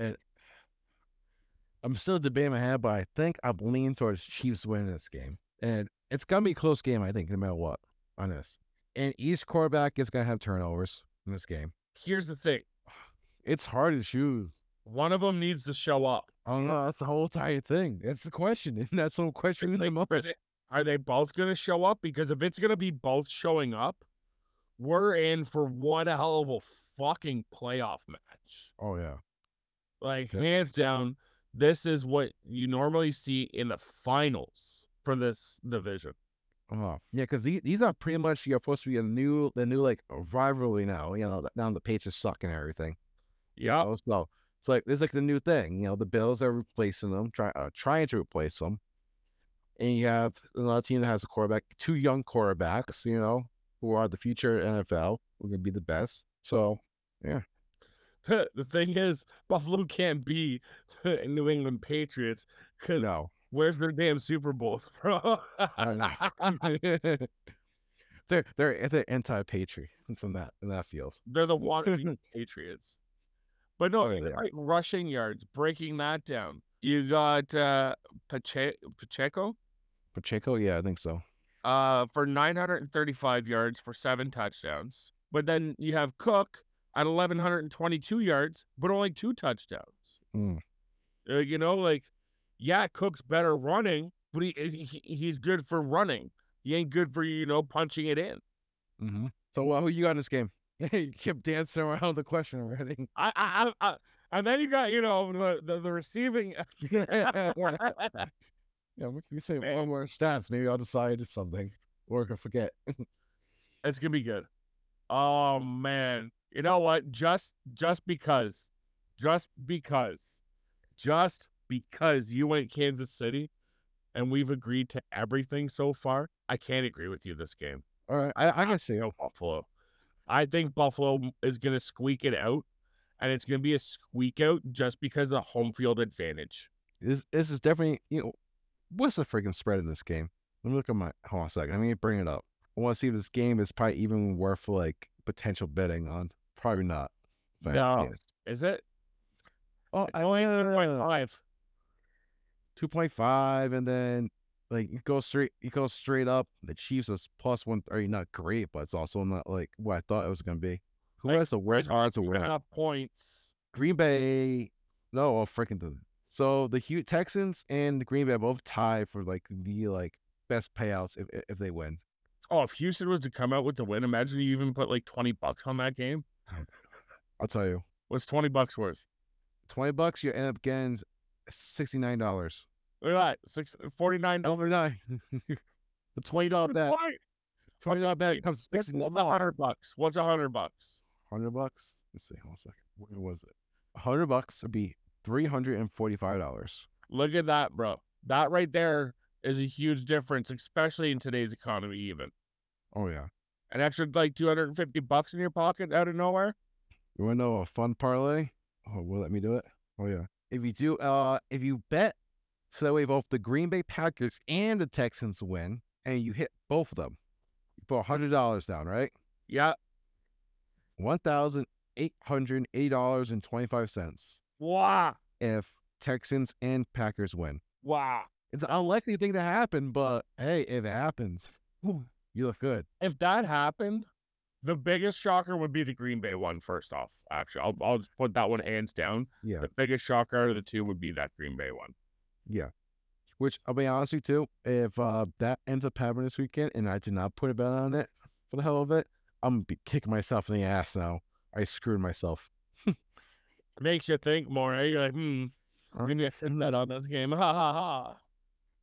S2: I'm still debating my head, but I think I'm leaning towards Chiefs winning this game. And it's gonna be a close game, I think, no matter what on this. And each quarterback is gonna have turnovers in this game.
S3: Here's the thing
S2: It's hard to choose.
S3: one of them needs to show up.
S2: I don't know. That's the whole entire thing. That's the question. And that's the question in the
S3: Like,
S2: moment.
S3: Are they both going to show up? Because if it's going to be both showing up, we're in for one hell of a fucking playoff match.
S2: Oh yeah.
S3: Like
S2: Def-
S3: hands down, this is what you normally see in the finals for this division.
S2: Oh yeah, because these, these are pretty much you're supposed to be a new the new like rivalry now. You know, now the Patriots suck and everything.
S3: Yeah.
S2: Oh, so it's like it's like the new thing. You know, the Bills are replacing them, try, uh, trying to replace them, and you have another team that has a quarterback, two young quarterbacks, you know, who are the future NFL, who can be the best. So
S3: the thing is, Buffalo can't be the New England Patriots because
S2: no,
S3: where's their damn Super Bowls, bro?
S2: I don't know. they're they're they're anti-patriot in that in that field.
S3: They're the water Patriots. But no,
S2: Oh, yeah, they are.
S3: right, rushing yards, breaking that down. You got uh, Pache- Pacheco
S2: Pacheco, yeah, I think so.
S3: uh, for 935 yards for seven touchdowns. But then you have Cook at 1,122 yards, but only two touchdowns.
S2: Mm.
S3: Uh, you know, like, yeah, Cook's better running, but he, he he- he's good for running. He ain't good for, you know, punching it in.
S2: Mm-hmm. So uh, who you got in this game? you kept dancing around the question already.
S3: I, I, I, I and then you got, you know, the, the, the receiving.
S2: Yeah, we can say one more stats. Maybe I'll decide it's something or I can forget.
S3: It's gonna be good. Oh man, you know what? Just just because, just because, just because you went Kansas City, and we've agreed to everything so far, I can't agree with you this game.
S2: All right, I, I can see.
S3: Buffalo, I think Buffalo is gonna squeak it out, and it's gonna be a squeak out just because of home field advantage.
S2: This this is definitely you know what's the freaking spread in this game? Let me look at my hold on a second. Let me bring it up. I want to see if this game is probably even worth like potential betting on. Probably not. if I had to
S3: No.
S2: guess.
S3: Is it?
S2: Oh, I
S3: only five.
S2: two point five, and then like you go straight, you go straight up. The Chiefs is plus one thirty. Not great, but it's also not like what I thought it was gonna be. Who
S3: Like,
S2: has the worst
S3: I-
S2: odds to win?
S3: Enough points.
S2: Green Bay. No, oh freaking the. So the Hu Texans and the Green Bay both tied for like the like best payouts if if- if they win.
S3: Oh, if Houston was to come out with the win, imagine you even put like 20 bucks on that game.
S2: I'll tell you,
S3: What's 20 bucks worth?
S2: twenty bucks you end up getting sixty nine dollars.
S3: Look at that. Six uh, forty nine dollars.
S2: Over nine. the twenty dollar bet. Twenty dollar bet comes to
S3: That's
S2: sixty nine
S3: a hundred bucks. What's a hundred bucks?
S2: hundred bucks. Let's see, hold on a second. Where was it? A hundred bucks would be three hundred and forty five dollars.
S3: Look at that, bro. That right there is a huge difference, especially in today's economy. Even
S2: Oh yeah.
S3: an extra like two hundred and fifty bucks in your pocket out of nowhere.
S2: You wanna know a fun parlay? Oh, will it let me do it? Oh yeah. If you do uh if you bet so that way both the Green Bay Packers and the Texans win and you hit both of them. You put hundred dollars down, right?
S3: Yeah.
S2: One thousand eight hundred and eighty dollars and twenty five cents
S3: Wow.
S2: if Texans and Packers win.
S3: Wow.
S2: It's an unlikely thing to happen, but hey, if it happens, whew, you look good.
S3: If that happened, the biggest shocker would be the Green Bay one. First off, actually, I'll I'll just put that one hands down.
S2: Yeah.
S3: The biggest shocker out of the two would be that Green Bay one.
S2: Which I'll be honest with you, too, if uh, that ends up happening this weekend and I did not put a bet on it for the hell of it, I'm gonna be kicking myself in the ass now. I screwed myself.
S3: Makes you think more. eh? You're like, hmm.
S2: Huh?
S3: I'm gonna spend that on this game. Ha ha ha.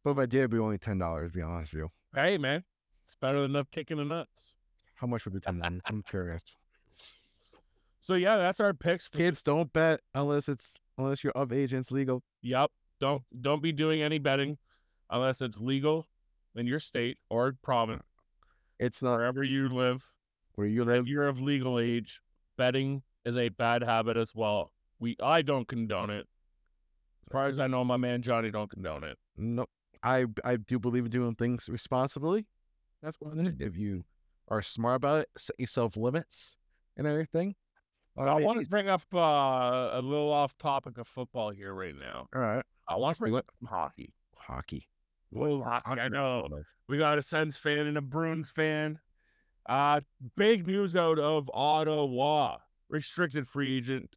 S2: But if I did, it'd be only ten dollars. To be honest with you,
S3: Hey, man, it's better than up kicking the nuts.
S2: how much would be ten dollars? I'm curious.
S3: So yeah, that's our picks. For-
S2: Kids, don't bet unless it's unless you're of age and it's legal.
S3: Yep. Don't don't be doing any betting unless it's legal in your state or province,
S2: It's not
S3: wherever you live.
S2: where you
S3: If
S2: live.
S3: you're of legal age, betting is a bad habit as well. We I don't condone it. As far as I know, my man Johnny don't condone it.
S2: No, I I do believe in doing things responsibly. That's one. of it. If you are smart about it, set yourself limits and everything.
S3: But I want to bring up uh, a little off topic of football here right now.
S2: All right,
S3: I want to bring up some hockey.
S2: hockey.
S3: Well, hockey, I know. We got a Sens fan and a Bruins fan. Uh, big news out of Ottawa. Restricted free agent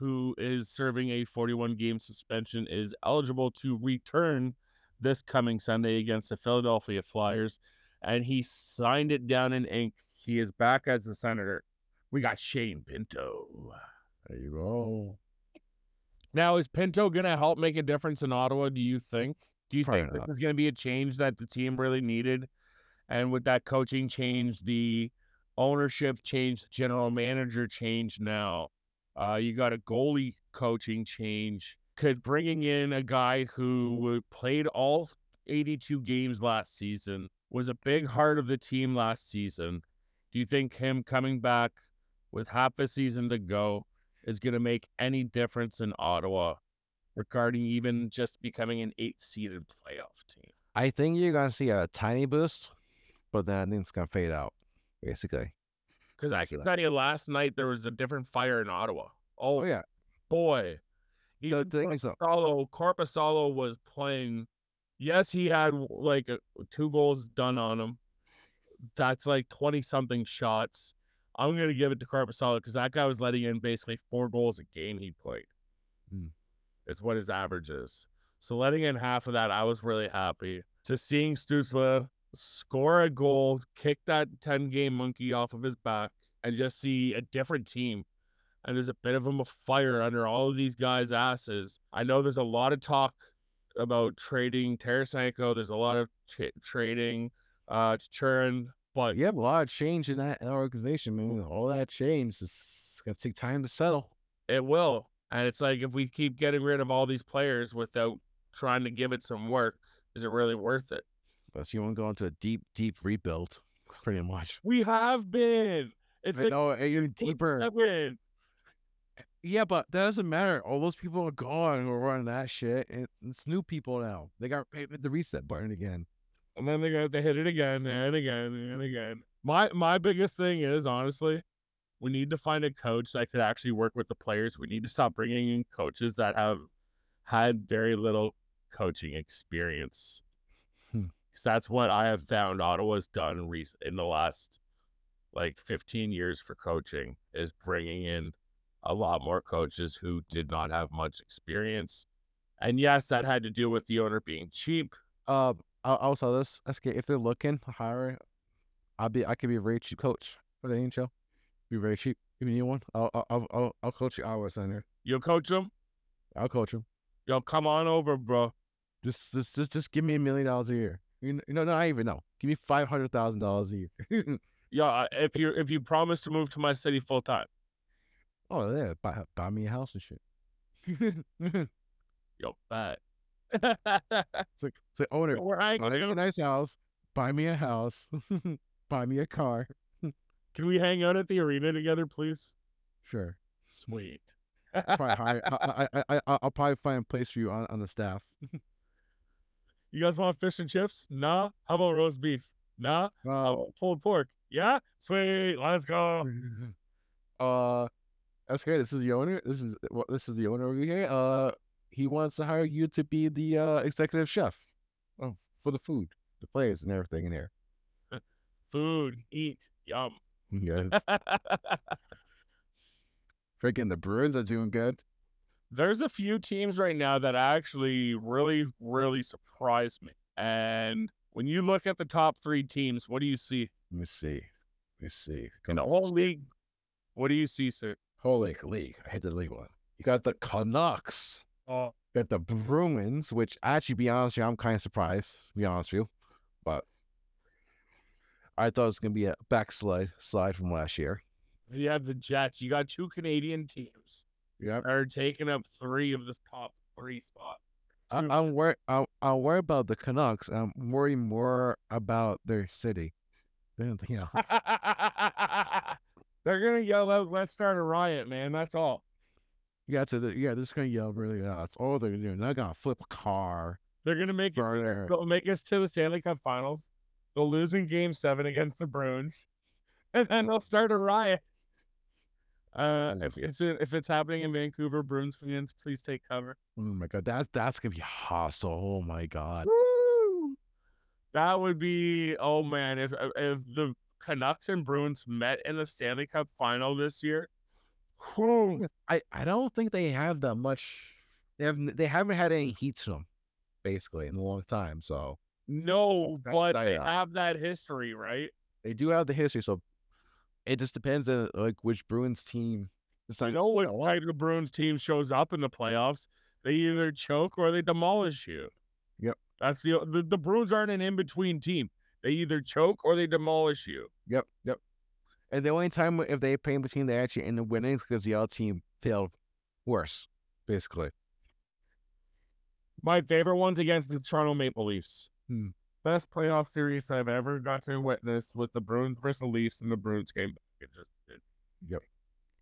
S3: who is serving a 41 game suspension is eligible to return this coming Sunday against the Philadelphia Flyers. And he signed it down in ink. He is back as the senator. We got Shane Pinto.
S2: There you go.
S3: Now, is Pinto going to help make a difference in Ottawa? Do you think? Do you
S2: Probably
S3: think
S2: not.
S3: this is going to be a change that the team really needed? And with that coaching change, the ownership change, the general manager change now, uh, you got a goalie coaching change. Could bringing in a guy who would- played all 82 games last season, was a big heart of the team last season. Do you think him coming back with half a season to go is going to make any difference in Ottawa regarding even just becoming an eight seeded playoff team?
S2: I think you're gonna see a tiny boost, but then I think it's gonna fade out. Basically.
S3: Because I
S2: See
S3: can
S2: that.
S3: tell you last night there was a different fire in Ottawa. Oh,
S2: Oh yeah.
S3: boy.
S2: The
S3: Even
S2: thing is, uh though,
S3: Corpusalo, Corpusalo was playing. Yes, he had like uh, two goals done on him. That's like 20 something shots. I'm going to give it to Corpusalo because that guy was letting in basically four goals a game he played.
S2: Mm.
S3: It's what his average is. So letting in half of that, I was really happy. To seeing Stutzla score a goal, kick that 10 game monkey off of his back, and just see a different team and there's a bit of 'em a fire under all of these guys' asses. I know there's a lot of talk about trading Tarasenko. There's a lot of tra- trading uh Churin, but
S2: you have a lot of change in that organization, man. All that change is gonna take time to settle.
S3: it will. And it's like if we keep getting rid of all these players without trying to give it some work, is it really worth it?
S2: Unless you want to go into a deep, deep rebuild, pretty much.
S3: We have been. It's
S2: But
S3: like
S2: no, e, even deeper.
S3: seven.
S2: Yeah, but that doesn't matter. All those people are gone who are running that shit. and It's new people now. They got to hit the reset button again.
S3: and then they're gonna have to hit it again and again and again. My my biggest thing is honestly, we need to find a coach that could actually work with the players. We need to stop bringing in coaches that have had very little coaching experience,
S2: Hmm.
S3: because that's what I have found Ottawa's done recent in the last like 15 years for coaching is bringing in a lot more coaches who did not have much experience. And yes, that had to do with the owner being cheap.
S2: Uh, I'll, I'll sell this. SK, if they're looking to hire, I'll be. I could be a very cheap coach for the NHL. Be very cheap. If you need one, I'll I'll I'll, I'll coach you. Iowa Center.
S3: You'll coach them.
S2: I'll coach him.
S3: yo, come on over, bro.
S2: Just, just, just, just give me a million dollars a year. You know, no, I even know. Give me five hundred thousand dollars a year.
S3: Yo, I- if you if you promise to move to my city full time,
S2: oh yeah, buy, buy me a house and shit. it's
S3: yo, bet.
S2: like, it's like owner,
S3: Where I
S2: Oh, they got a nice house. Buy me a house. Buy me a car.
S3: can we hang out at the arena together, please?
S2: Sure.
S3: Sweet.
S2: Probably hire, I, I, I, I, I'll probably find a place for you on, on the staff.
S3: You guys want fish and chips? Nah. How about roast beef? Nah. How
S2: Uh,
S3: about Hmm. pulled pork? Yeah. Sweet. Let's go.
S2: Mm-hmm. uh, okay. This is the owner. This is well, this is the owner over here. Uh, he wants to hire you to be the uh, executive chef of, for the food, the players, and everything in there.
S3: Food. Eat. Yum.
S2: Yes. Freaking the Bruins are doing good.
S3: There's a few teams right now that actually really, really surprise me. And when you look at the top three teams, what do you see
S2: Let me see. Let me see.
S3: in the whole league? What do you see, sir?
S2: Holy league. I hate the league one. You got the Canucks.
S3: Oh,
S2: got the Bruins, which actually, be honest with you, I'm kind of surprised. To be honest with you, but I thought it was gonna be a backslide slide from last year.
S3: you have the Jets. You got two Canadian teams
S2: Yeah,
S3: that are taking up three of the top three spots.
S2: I,
S3: True.
S2: I'm worried. I'm, I'm worried about the Canucks. I'm worried more about their city than anything else.
S3: They're gonna yell out, "Let's start a riot, man!" That's all.
S2: yeah, so the, yeah, they're just gonna yell really loud. That's all they're gonna do. They're gonna flip a car,
S3: They're gonna make it,
S2: burn their
S3: they'll make us to the Stanley Cup Finals. They'll lose in Game Seven against the Bruins, and then they'll start a riot. Uh, if it's if it's happening in Vancouver, Bruins fans, please take cover.
S2: Oh my god, that's that's gonna be hostile. Oh my god.
S3: Woo! That would be oh man if if the Canucks and Bruins met in the Stanley Cup Final this year. whew,
S2: I, I don't think they have that much. They have they haven't had any heat to them, basically, in a long time. So
S3: No,
S2: That's
S3: but they
S2: dire.
S3: have that history, right?
S2: they do have the history. So it just depends on like which Bruins team.
S3: I know what
S2: well,
S3: type of Bruins team shows up in the playoffs. They either choke or they demolish you.
S2: Yep.
S3: That's the the, the Bruins aren't an in between team. They either choke or they demolish you.
S2: Yep, yep. And the only time if they play in between, they actually end up winning because the other team failed worse, basically.
S3: My favorite one's against the Toronto Maple Leafs.
S2: Hmm.
S3: Best playoff series I've ever got to witness was the Bruins versus the Leafs, and the Bruins came back. It just did.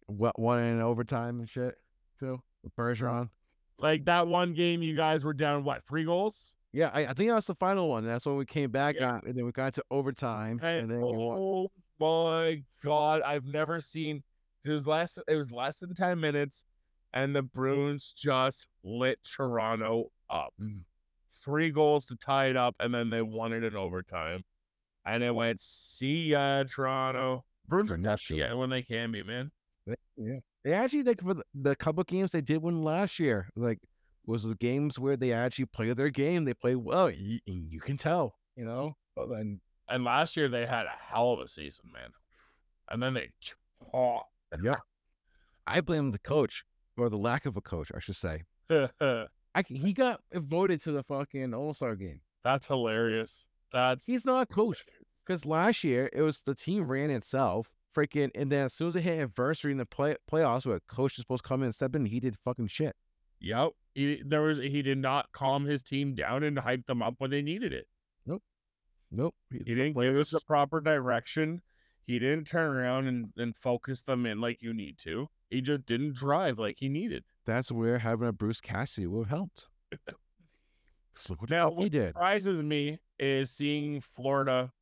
S2: What one in overtime and shit too. With Bergeron.
S3: Like that one game, you guys were down what three goals?
S2: Yeah, I, I think that was the final one. That's when we came back
S3: Yeah.
S2: and, and then we got to overtime Mm, and then we won.
S3: oh my god, I've never seen. It was less. It was less than ten minutes, and the Bruins just lit Toronto up.
S2: Mm.
S3: Three goals to tie it up, and then they won it in overtime. And it went, see ya, Toronto. Bruins
S2: They're
S3: are
S2: not
S3: nasty
S2: good.
S3: when they can be, man.
S2: They- Yeah. They actually like for the, the couple games they did win last year, like was the games where they actually play their game. They play well. You, you can tell, you know. But then
S3: And last year they had a hell of a season, man. And then they chopped.
S2: yeah, I blame the coach or the lack of a coach, I should say. I c he got voted to the fucking All Star game.
S3: That's hilarious. That's
S2: He's not coached because last year it was the team ran itself. Freaking, and then as soon as they hit adversity in the play playoffs, where a coach is supposed to come in and step in, he did fucking shit.
S3: Yep. He there was he did not calm his team down and hype them up when they needed it.
S2: Nope,
S3: He didn't give us the proper direction. He didn't turn around and, and focus them in like you need to. He just didn't drive like he needed.
S2: that's where having a Bruce Cassidy would have helped. 'Cause look what the
S3: Now,
S2: fuck he did.
S3: Surprises me is seeing Florida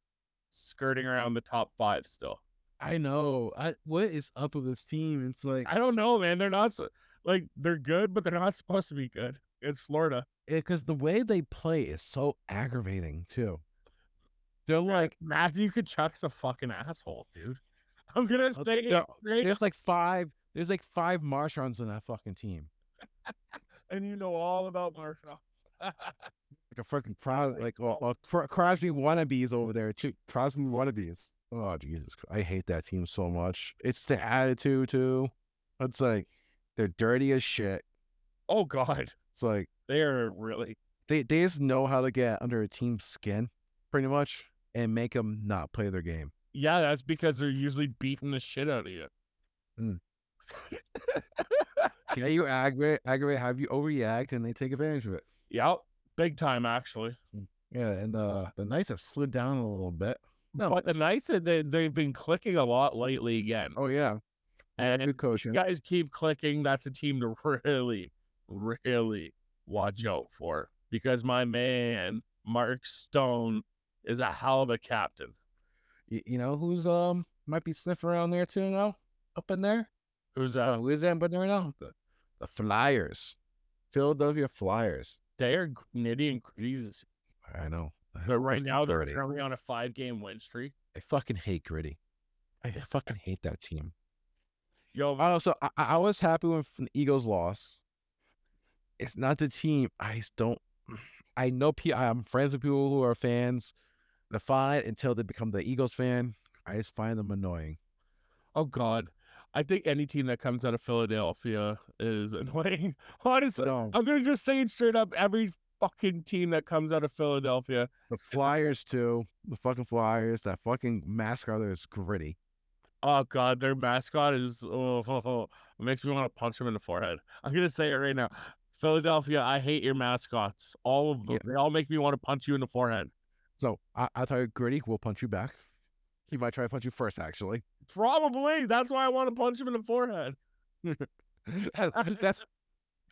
S3: skirting around the top five still.
S2: I know. I, what is up with this team? It's like
S3: I don't know, man. They're not s- like they're good, but they're not supposed to be good. It's Florida.
S2: because the way they play is so aggravating too. They're like
S3: Matthew Kachuk's a fucking asshole, dude. I'm gonna
S2: Uh,
S3: say it
S2: they're-
S3: straight
S2: there's like five there's like five Marsharns on that fucking team.
S3: and you know all about Marshall.
S2: Like a fucking Cros like well, well, Cro- Crosby wannabes over there too. Crosby wannabes. Oh Jesus! Christ. I hate that team so much. It's the attitude too. It's like they're dirty as shit.
S3: oh God.
S2: It's like
S3: They're really
S2: they, they just know how to get under a team's skin, pretty much, and make them not play their game.
S3: yeah. That's because they're usually beating the shit out of you.
S2: Mm. Yeah, you aggravate, aggravate, have you overreact, and they take advantage of it.
S3: yep, big time actually.
S2: Yeah, and uh, the Knights have slid down a little bit. No.
S3: But the Knights they they've been clicking a lot lately again.
S2: Oh yeah,
S3: and
S2: good coaching.
S3: These guys keep clicking. That's a team to really, really
S2: Mm-hmm.
S3: watch out for because my man Mark Stone is a hell of a captain.
S2: Y- you know who's um might be sniffing around there too now, up in there.
S3: Who's
S2: Uh,
S3: uh,
S2: who is that? But there now, the, the Flyers, Philadelphia Flyers.
S3: they are nitty and gritty. this-
S2: I know.
S3: They're right now they're
S2: Gritty.
S3: currently on a five game win streak.
S2: I fucking hate gritty. I fucking hate that team.
S3: Yo,
S2: I also I, I I was happy when f- the Eagles lost. It's not the team. I just don't. I know. P- I'm friends with people who are fans. They're fine until they become the Eagles fan. I just find them annoying.
S3: oh god, I think any team that comes out of Philadelphia is annoying. Honestly,
S2: No,
S3: I'm gonna just say it straight up. Every fucking team that comes out of Philadelphia
S2: the Flyers too. The fucking Flyers. That fucking mascot is gritty.
S3: Oh god, their mascot is oh, oh, oh. it makes me want to punch him in the forehead. I'm gonna say it right now. Philadelphia, I hate your mascots. All of them.
S2: Yeah.
S3: They all make me want to punch you in the forehead.
S2: So I, I tell you, gritty will punch you back. He might try to punch you first, actually.
S3: Probably. That's why I want to punch him in the forehead. Uh,
S2: That- that's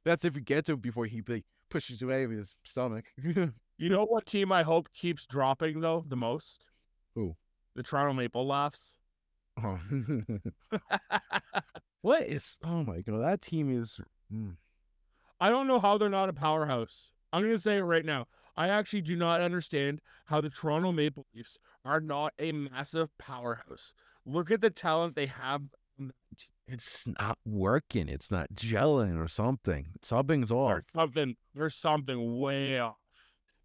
S2: that's if you get to him before he like, pushes you away with his stomach.
S3: You know what team I hope keeps dropping though the most?
S2: Who?
S3: The Toronto Maple Laughs.
S2: Oh. what is? Oh my god, that team is.
S3: I don't know how they're not a powerhouse. I'm gonna say it right now. I actually do not understand how the Toronto Maple Leafs are not a massive powerhouse. Look at the talent they have on that team.
S2: It's not working. It's not gelling or something. Something's
S3: There's
S2: off.
S3: something there's something way off.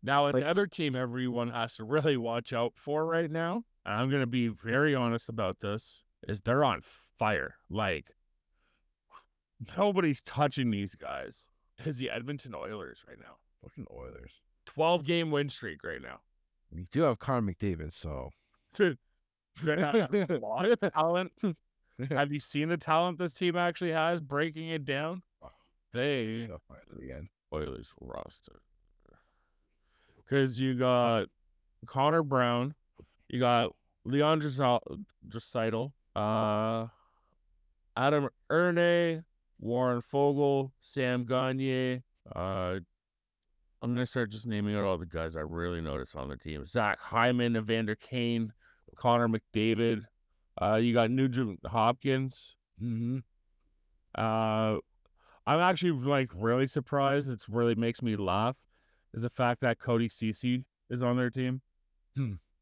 S3: Now
S2: Like-
S3: another team everyone has to really watch out for right now, and I'm gonna be very honest about this, is they're on fire. Like nobody's touching these guys. Is the Edmonton Oilers right now.
S2: Fucking Oilers.
S3: Twelve game win streak right now.
S2: We do have Connor McDavid, so
S3: They have a lot of talent. Have you seen the talent this team actually has breaking it down? They
S2: I'll find it again.
S3: Oilers roster. Because you got Connor Brown, you got Leon Dreisaitl, Dreisaitl, uh, Adam Erne, Warren Fogle, Sam Gagne. Uh, I'm gonna start just naming out all the guys I really noticed on the team: Zach Hyman, Evander Kane, Connor McDavid. Uh, you got Nugent Hopkins.
S2: Mm-hmm.
S3: Uh, I'm actually like really surprised. It's really makes me laugh is the fact that Cody Cece is on their team.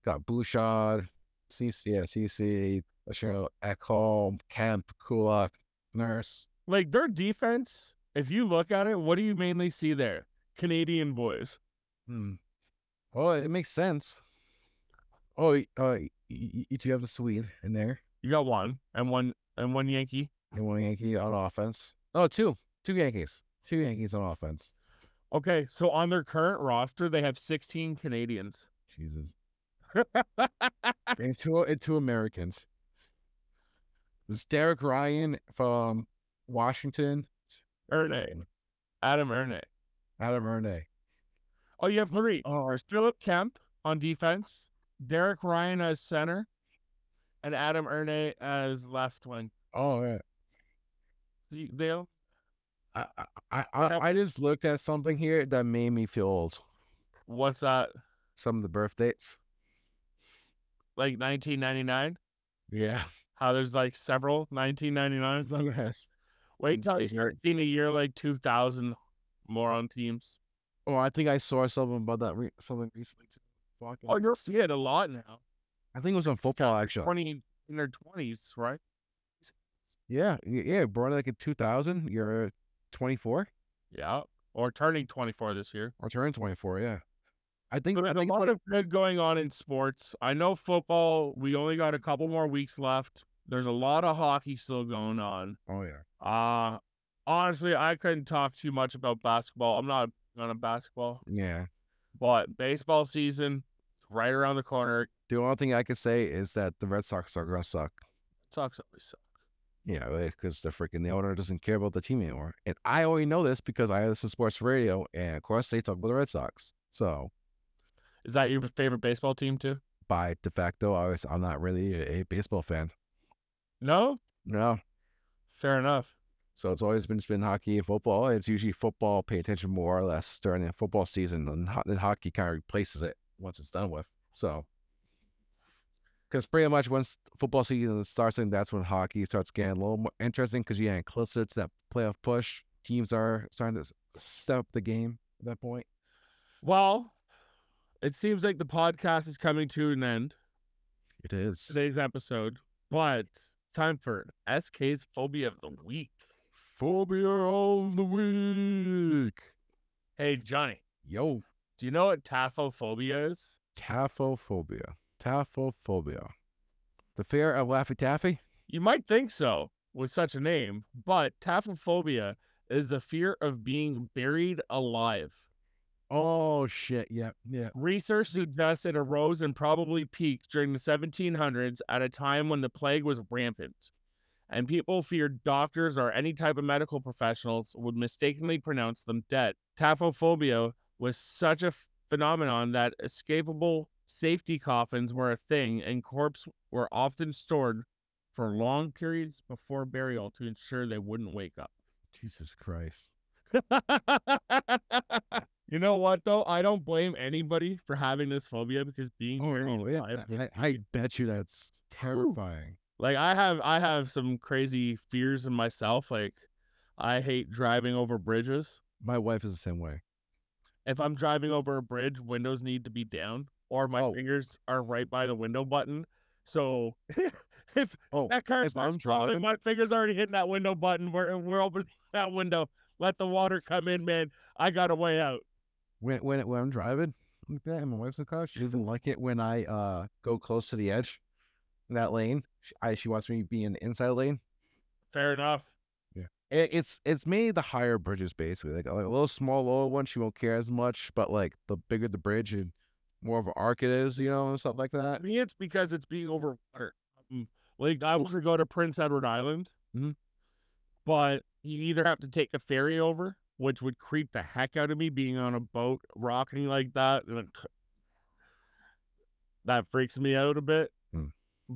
S2: Got Bouchard, CC, yeah, CC, Cheryl Ekholm, Kemp, Kulak, Nurse.
S3: Like their defense, if you look at it, what do you mainly see there? Canadian boys.
S2: Hmm. Oh, it makes sense. Oh, y- uh, y- y- y- do you have the Swede in there?
S3: You got one and one and one Yankee.
S2: And one Yankee on offense. Oh, two. Two Yankees. Two Yankees on offense.
S3: Okay, so on their current roster, they have 16 Canadians.
S2: Jesus. and two and two Americans. There's Derek Ryan from Washington,
S3: Erne, Adam Erne.
S2: Adam Erne.
S3: Oh, you have three.
S2: Oh, our-
S3: Philip Kemp on defense, Derek Ryan as center, and Adam Erne as left wing.
S2: oh yeah.
S3: You- They
S2: I, I- I, I, I just looked at something here that made me feel old.
S3: what's that
S2: Some of the birth dates.
S3: like 1999?
S2: Yeah.
S3: How there's like several 1999s.
S2: yes.
S3: Wait till you
S2: Is there-
S3: start seeing a year like 2000 more on teams.
S2: Oh, I think I saw something about that re- something recently. Too. Fucking-
S3: Oh, you'll see it a lot now.
S2: I think it was on football actually.
S3: 20 in their 20s, right?
S2: Yeah, y- yeah, born like in 2000, you're 24
S3: Yeah. Or turning 24 this year.
S2: or turn 24, yeah. I think,
S3: There's
S2: I
S3: a
S2: think it's
S3: lot
S2: like-
S3: of good going on in sports. I know football. We only got a couple more weeks left. There's a lot of hockey still going on.
S2: oh yeah.
S3: Uh honestly, I couldn't talk too much about basketball. I'm not on a basketball,
S2: Yeah.
S3: but baseball season is right around the corner.
S2: The only thing I could say is that the Red Sox are gonna suck.
S3: Sox always suck.
S2: You know, because the freaking the owner doesn't care about the team anymore. And I already know this because I listen to sports radio, and of course they talk about the Red Sox. So
S3: Is that your favorite baseball team too?
S2: by de facto, I was, I'm not really a, a baseball fan.
S3: No,
S2: No.
S3: fair enough.
S2: So it's always been it's been hockey and football. It's usually football. Pay attention more or less during the football season, and ho- then hockey kind of replaces it once it's done with. So, because pretty much once football season starts, and that's when hockey starts getting a little more interesting because you're getting closer to that playoff push. Teams are starting to s- step up the game at that point.
S3: Well, it seems like the podcast is coming to an end.
S2: It is
S3: today's episode, but it's time for SK's phobia of the week.
S2: phobia of the week.
S3: Hey, Johnny,
S2: Yo,
S3: do you know what taphophobia is?
S2: taphophobia. Taphophobia. The fear of Laffy Taffy.
S3: You might think so with such a name, but taphophobia is the fear of being buried alive.
S2: Oh shit! Yep, yep.
S3: Research suggests it arose and probably peaked during the 1700s at a time when the plague was rampant, and people feared doctors or any type of medical professionals would mistakenly pronounce them dead. Taphophobia was such a f- phenomenon that escapable safety coffins were a thing, and corpses were often stored for long periods before burial to ensure they wouldn't wake up.
S2: Jesus Christ.
S3: you know what though? I don't blame anybody for having this phobia because being
S2: Oh,
S3: buried
S2: oh, yeah.
S3: alive-
S2: I, I bet you that's terrifying.
S3: like I have I have some crazy fears in myself. Like I hate driving over bridges.
S2: My wife is the same way.
S3: If I'm driving over a bridge, windows need to be down or my
S2: Oh.
S3: fingers are right by the window button. So if
S2: Oh,
S3: that car
S2: if I'm
S3: starts rolling,
S2: driving-
S3: my fingers already hitting that window button. We're we're opening that window. Let the water come in, man. I got a way out.
S2: when when when I'm driving like that, and my wife's in the car, she doesn't like it when I uh go close to the edge in that lane. She, I, she wants me to be in the inside lane.
S3: Fair enough.
S2: It, it's it's mainly the higher bridges basically. Like, like a little small lower one, she won't care as much. But like the bigger the bridge and more of an arc it is, you know, and stuff like that.
S3: To me, it's because it's being over water. Um, like I want to go to Prince Edward Island,
S2: Mhm.
S3: but you either have to take a ferry over, which would creep the heck out of me being on a boat rocking like that. and it c- That freaks me out a bit.
S2: Mm.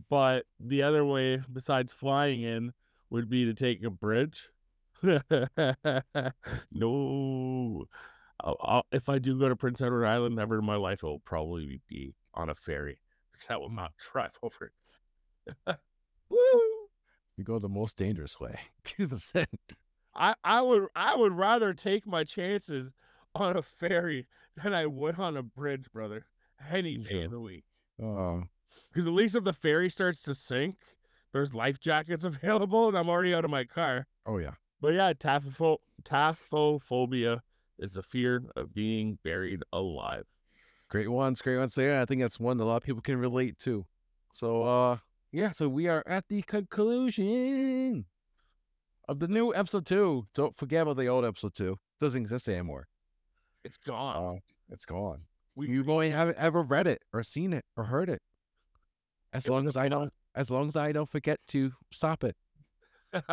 S3: But the other way, besides flying in, would be to take a bridge. no. I'll, I'll, if I do go to Prince Edward Island, never in my life it will probably be on a ferry because I will not drive over it. Woo!
S2: You go the most dangerous way. Give the sen-
S3: I, I would I would rather take my chances on a ferry than I would on a bridge, brother. Any day
S2: Yeah.
S3: of the week,
S2: Oh,
S3: because at least if the ferry starts to sink, there's life jackets available, and I'm already out of my car.
S2: oh yeah.
S3: But yeah, tapho- taphophobia is the fear of being buried alive.
S2: Great ones, great ones there. I think that's one that a lot of people can relate to. So uh yeah, so we are at the conclusion of the new episode two. Don't forget about the old episode two. Doesn't exist anymore.
S3: It's gone.
S2: Oh, it's gone.
S3: We-
S2: You only haven't ever read it or seen it or heard it. As
S3: It
S2: long
S3: was
S2: as I don't as long as I don't forget to stop it.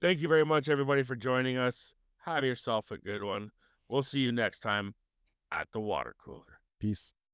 S3: Thank you very much, everybody, for joining us. Have yourself a good one. We'll see you next time at the water cooler.
S2: Peace.